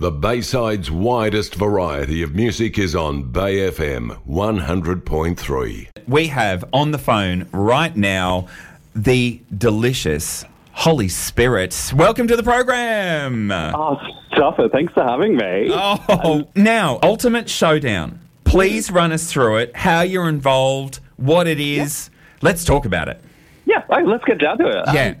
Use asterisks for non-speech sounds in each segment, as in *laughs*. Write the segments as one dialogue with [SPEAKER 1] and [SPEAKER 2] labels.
[SPEAKER 1] The Bayside's widest variety of music is on Bay FM 100.3.
[SPEAKER 2] We have on the phone right now the delicious Holy Spirit. Welcome to the program.
[SPEAKER 3] Oh, stop it. Thanks for having me.
[SPEAKER 2] Oh, now, Ultimate Showdown. Please run us through it, how you're involved, what it is. Let's talk about it.
[SPEAKER 3] Yeah, all right, let's get down to it.
[SPEAKER 2] Yeah.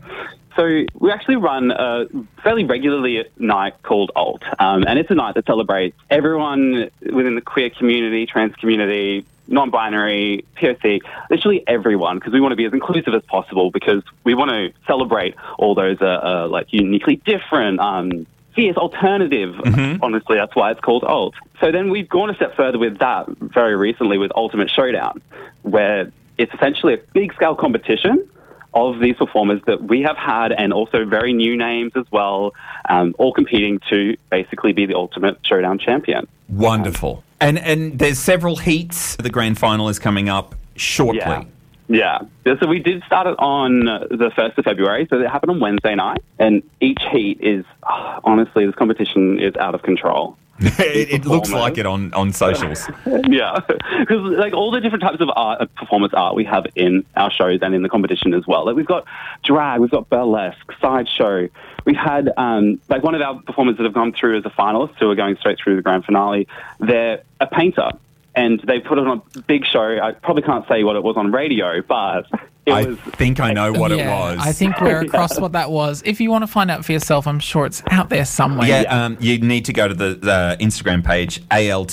[SPEAKER 3] So we actually run a fairly regularly a night called Alt, um, and it's a night that celebrates everyone within the queer community, trans community, non-binary, POC, literally everyone, because we want to be as inclusive as possible because we want to celebrate all those uh, uh, like uniquely different. Um, Fierce alternative. Honestly, that's why it's called Alt. So then we've gone a step further with that very recently with Ultimate Showdown, where it's essentially a big scale competition of these performers that we have had and also very new names as well, um, all competing to basically be the ultimate showdown champion.
[SPEAKER 2] Wonderful. And and there's several heats. The grand final is coming up shortly.
[SPEAKER 3] Yeah. Yeah. Yeah, So we did start it on uh, the 1st of February. So it happened on Wednesday night. And each heat is, ah, honestly, this competition is out of control.
[SPEAKER 2] *laughs* it, it looks like it on, on
[SPEAKER 3] *laughs*
[SPEAKER 2] socials.
[SPEAKER 3] yeah. Because, like, all the different types of art, uh, performance art we have in our shows and in the competition as well. Like, we've got drag, we've got burlesque, sideshow. We had, um, like, one of our performers that have gone through as a finalist who are going straight through the grand finale, they're a painter. And they put on a big show. I probably can't say what it was on radio, but it
[SPEAKER 2] I
[SPEAKER 3] was
[SPEAKER 2] think I know what
[SPEAKER 4] yeah,
[SPEAKER 2] it was.
[SPEAKER 4] I think we're across what that was. If you want to find out for yourself, I'm sure it's out there somewhere.
[SPEAKER 2] Yeah, Um, you need to go to the, the Instagram page,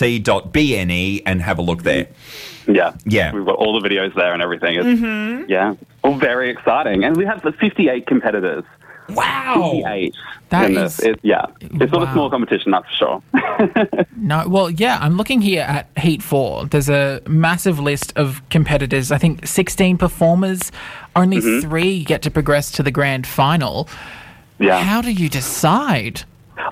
[SPEAKER 2] alt.bne, E, and have a look there.
[SPEAKER 3] Yeah.
[SPEAKER 2] Yeah.
[SPEAKER 3] We've got all the videos there and everything. It's, Yeah. All very exciting. And we have the 58 competitors.
[SPEAKER 2] Wow.
[SPEAKER 3] 58.
[SPEAKER 4] Oh, That
[SPEAKER 3] in
[SPEAKER 4] is-
[SPEAKER 3] this. It- yeah. It's not
[SPEAKER 4] Wow.
[SPEAKER 3] a small competition, that's for sure. *laughs*
[SPEAKER 4] No, well, yeah, I'm looking here at Heat 4. There's a massive list of competitors. I think 16 performers, only
[SPEAKER 3] Mm-hmm.
[SPEAKER 4] three get to progress to the grand final.
[SPEAKER 3] yeah.
[SPEAKER 4] How do you decide?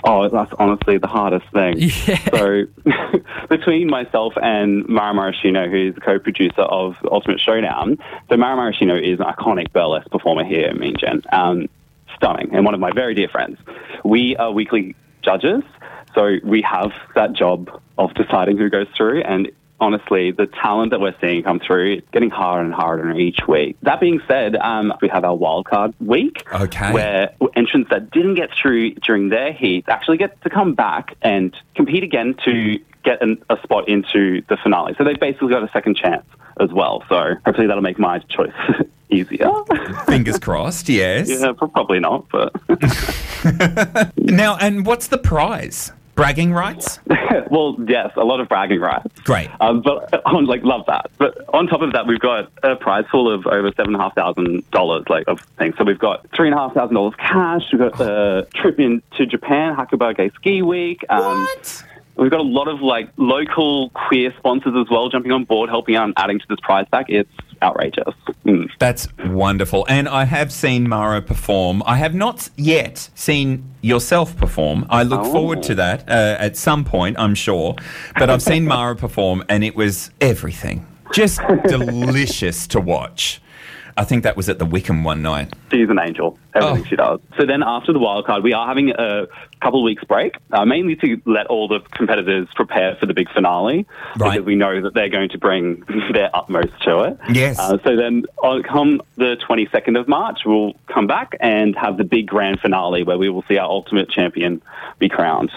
[SPEAKER 3] Oh, that's honestly the hardest thing. So, *laughs* between myself and Mara Maraschino, who's the co-producer of Ultimate Showdown, so Mara Maraschino is an iconic burlesque performer here at Mean Gen. Um, stunning, and one of my very dear friends. We are weekly judges, so we have that job of deciding who goes through, and honestly, the talent that we're seeing come through, it's getting harder and harder each week. That being said, um, we have our wildcard week,
[SPEAKER 2] Okay.
[SPEAKER 3] where uh, entrants that didn't get through during their heat actually get to come back and compete again to get an, a spot into the finale. So they've basically got a second chance as well. So hopefully that'll make my choice *laughs* easier.
[SPEAKER 2] Fingers crossed, yes.
[SPEAKER 3] yeah, pro- probably not, but
[SPEAKER 2] Now, and what's the prize? Bragging rights?
[SPEAKER 3] *laughs* well, yes, a lot of bragging rights.
[SPEAKER 2] Great.
[SPEAKER 3] Um, but *laughs* on like love that. But on top of that, we've got a prize pool of over seven and a half thousand dollars, like of things. So we've got three and a half thousand dollars cash. We've got a trip into Japan, Hakuba Gay Ski Week. Um,
[SPEAKER 2] What?
[SPEAKER 3] We've got a lot of like local queer sponsors as well jumping on board, helping out, and adding to this prize pack. It's outrageous. Mm.
[SPEAKER 2] That's wonderful. And I have seen Mara perform. I have not yet seen yourself perform. I look
[SPEAKER 3] Oh.
[SPEAKER 2] forward to that uh, at some point, I'm sure. But I've
[SPEAKER 3] *laughs*
[SPEAKER 2] seen Mara perform, and it was everything. Just delicious to watch. I think that was at the Wickham one night.
[SPEAKER 3] She's an angel. Everything
[SPEAKER 2] Oh.
[SPEAKER 3] she does. So then after the wild card, we are having a couple of weeks break, uh, mainly to let all the competitors prepare for the big finale
[SPEAKER 2] Right.
[SPEAKER 3] because we know that they're going to bring *laughs* their utmost to it.
[SPEAKER 2] Yes.
[SPEAKER 3] Uh, so then on come the 22nd of March, we'll come back and have the big grand finale where we will see our ultimate champion be crowned.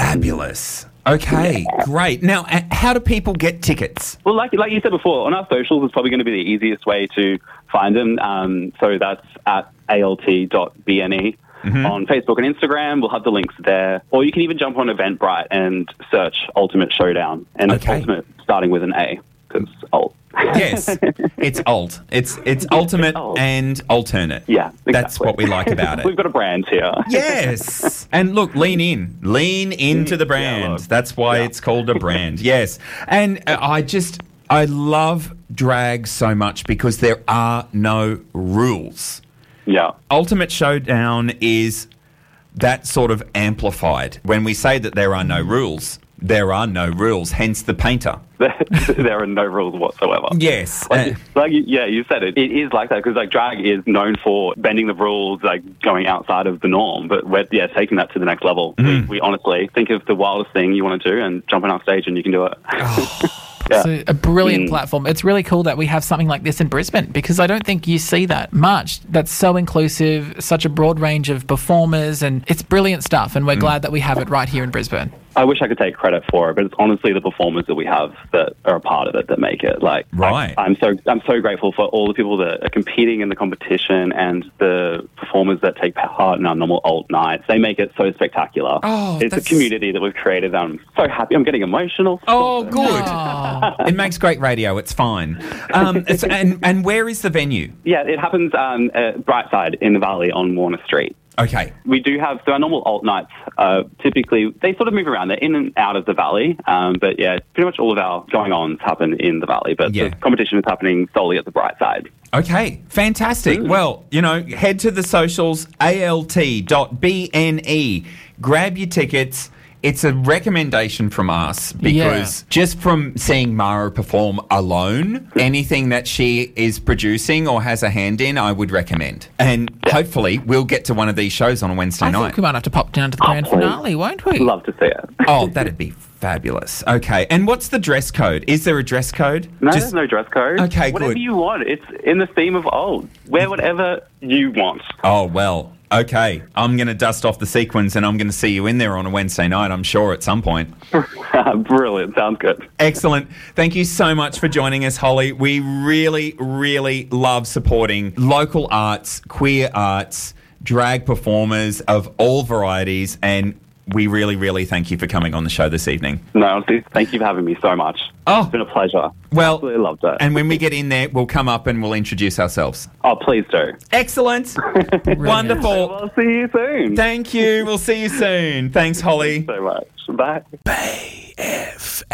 [SPEAKER 2] Fabulous. Okay, great. Now, uh, how do people get tickets?
[SPEAKER 3] Well, like, like you said before, on our socials is probably going to be the easiest way to find them. Um, so that's at alt.bne E
[SPEAKER 2] Mm-hmm.
[SPEAKER 3] on Facebook and Instagram. We'll have the links there. Or you can even jump on Eventbrite and search Ultimate Showdown. And it's
[SPEAKER 2] Okay.
[SPEAKER 3] Ultimate starting with an A because alt.
[SPEAKER 2] Yes, *laughs* it's alt. It's it's ultimate
[SPEAKER 3] alt.
[SPEAKER 2] and alternate.
[SPEAKER 3] *laughs* Yeah,
[SPEAKER 2] that's
[SPEAKER 3] exactly.
[SPEAKER 2] what we like about it.
[SPEAKER 3] *laughs* We've got a brand here.
[SPEAKER 2] Yes. and look, lean in. Lean into the brand.
[SPEAKER 3] look.
[SPEAKER 2] That's why it's called a brand. yes. And uh, I just, I love drag so much because there are no rules.
[SPEAKER 3] *laughs* Yeah. *laughs*
[SPEAKER 2] Ultimate Showdown is that sort of amplified. When we say that there are no rules, There are no rules, hence the painter.
[SPEAKER 3] there are no rules whatsoever.
[SPEAKER 2] Yes.
[SPEAKER 3] Like, like, yeah, you said it. It is like that because like drag is known for bending the rules, like going outside of the norm. But we're yeah taking that to the next level.
[SPEAKER 2] Mm.
[SPEAKER 3] We, we honestly think of the wildest thing you want to do and jump on our stage and you can do it. Yeah. Hmm.
[SPEAKER 4] So a brilliant platform. It's really cool that we have something like this in Brisbane because I don't think you see that much. That's so inclusive, such a broad range of performers, and it's brilliant stuff. And we're
[SPEAKER 3] Hmm.
[SPEAKER 4] glad that we have it right here in Brisbane.
[SPEAKER 3] I wish I could take credit for it, but it's honestly the performers that we have that are a part of it that make it. Like,
[SPEAKER 2] Right.
[SPEAKER 3] I, am so I'm so grateful for all the people that are competing in the competition and the performers that take part in our normal alt nights. They make it so spectacular.
[SPEAKER 2] Oh,
[SPEAKER 3] it's a
[SPEAKER 2] that's-
[SPEAKER 3] community that we've created. I'm so happy. I'm getting emotional.
[SPEAKER 2] Oh, good.
[SPEAKER 4] Oh,
[SPEAKER 2] It makes great radio. It's fine. Um, it's, and, and where is the venue?
[SPEAKER 3] Yeah, it happens um, at Brightside in the Valley on Warner Street.
[SPEAKER 2] Okay.
[SPEAKER 3] We do have so our normal alt nights. Uh, typically, they sort of move around. They're in and out of the valley, um, but yeah, pretty much all of our going ons happen in the valley. But
[SPEAKER 2] Yeah.
[SPEAKER 3] the competition is happening solely at the bright side.
[SPEAKER 2] Okay, fantastic. Well, you know, head to the socials, alt.bne. E. Grab your tickets. It's a recommendation from us because
[SPEAKER 4] Yeah.
[SPEAKER 2] just from seeing Mara perform alone, anything that she is producing or has a hand in, I would recommend. And hopefully, we'll get to one of these shows on a Wednesday
[SPEAKER 4] I
[SPEAKER 2] night.
[SPEAKER 4] think we might have to pop down to the grand
[SPEAKER 3] please.
[SPEAKER 4] finale, won't we?
[SPEAKER 3] Love to see it.
[SPEAKER 2] Oh, that'd be fabulous. Okay, and what's the dress code? Is there a dress code?
[SPEAKER 3] No,
[SPEAKER 2] Just-
[SPEAKER 3] there's no dress code.
[SPEAKER 2] Okay,
[SPEAKER 3] whatever
[SPEAKER 2] good.
[SPEAKER 3] you want. It's in the theme of old. Wear whatever you want. *laughs*
[SPEAKER 2] Oh, well, okay. I'm going to dust off the sequins and I'm going to see you in there on a Wednesday night, I'm sure, at some point.
[SPEAKER 3] Brilliant. Sounds good.
[SPEAKER 2] Excellent. Thank you so much for joining us, Holly. We really, really love supporting local arts, queer arts, drag performers of all varieties. And we really, really thank you for coming on the show this evening.
[SPEAKER 3] No, honestly, thank you for having me so much.
[SPEAKER 2] Oh.
[SPEAKER 3] it's been a pleasure.
[SPEAKER 2] Well,
[SPEAKER 3] absolutely loved it.
[SPEAKER 2] And when we get in there, we'll come up and we'll introduce ourselves.
[SPEAKER 3] oh, please do. *laughs*
[SPEAKER 2] Excellent. Wonderful.
[SPEAKER 3] Well, see you soon.
[SPEAKER 2] Thank you. We'll see you soon. Thanks, Holly.
[SPEAKER 3] so much. Bye.
[SPEAKER 1] F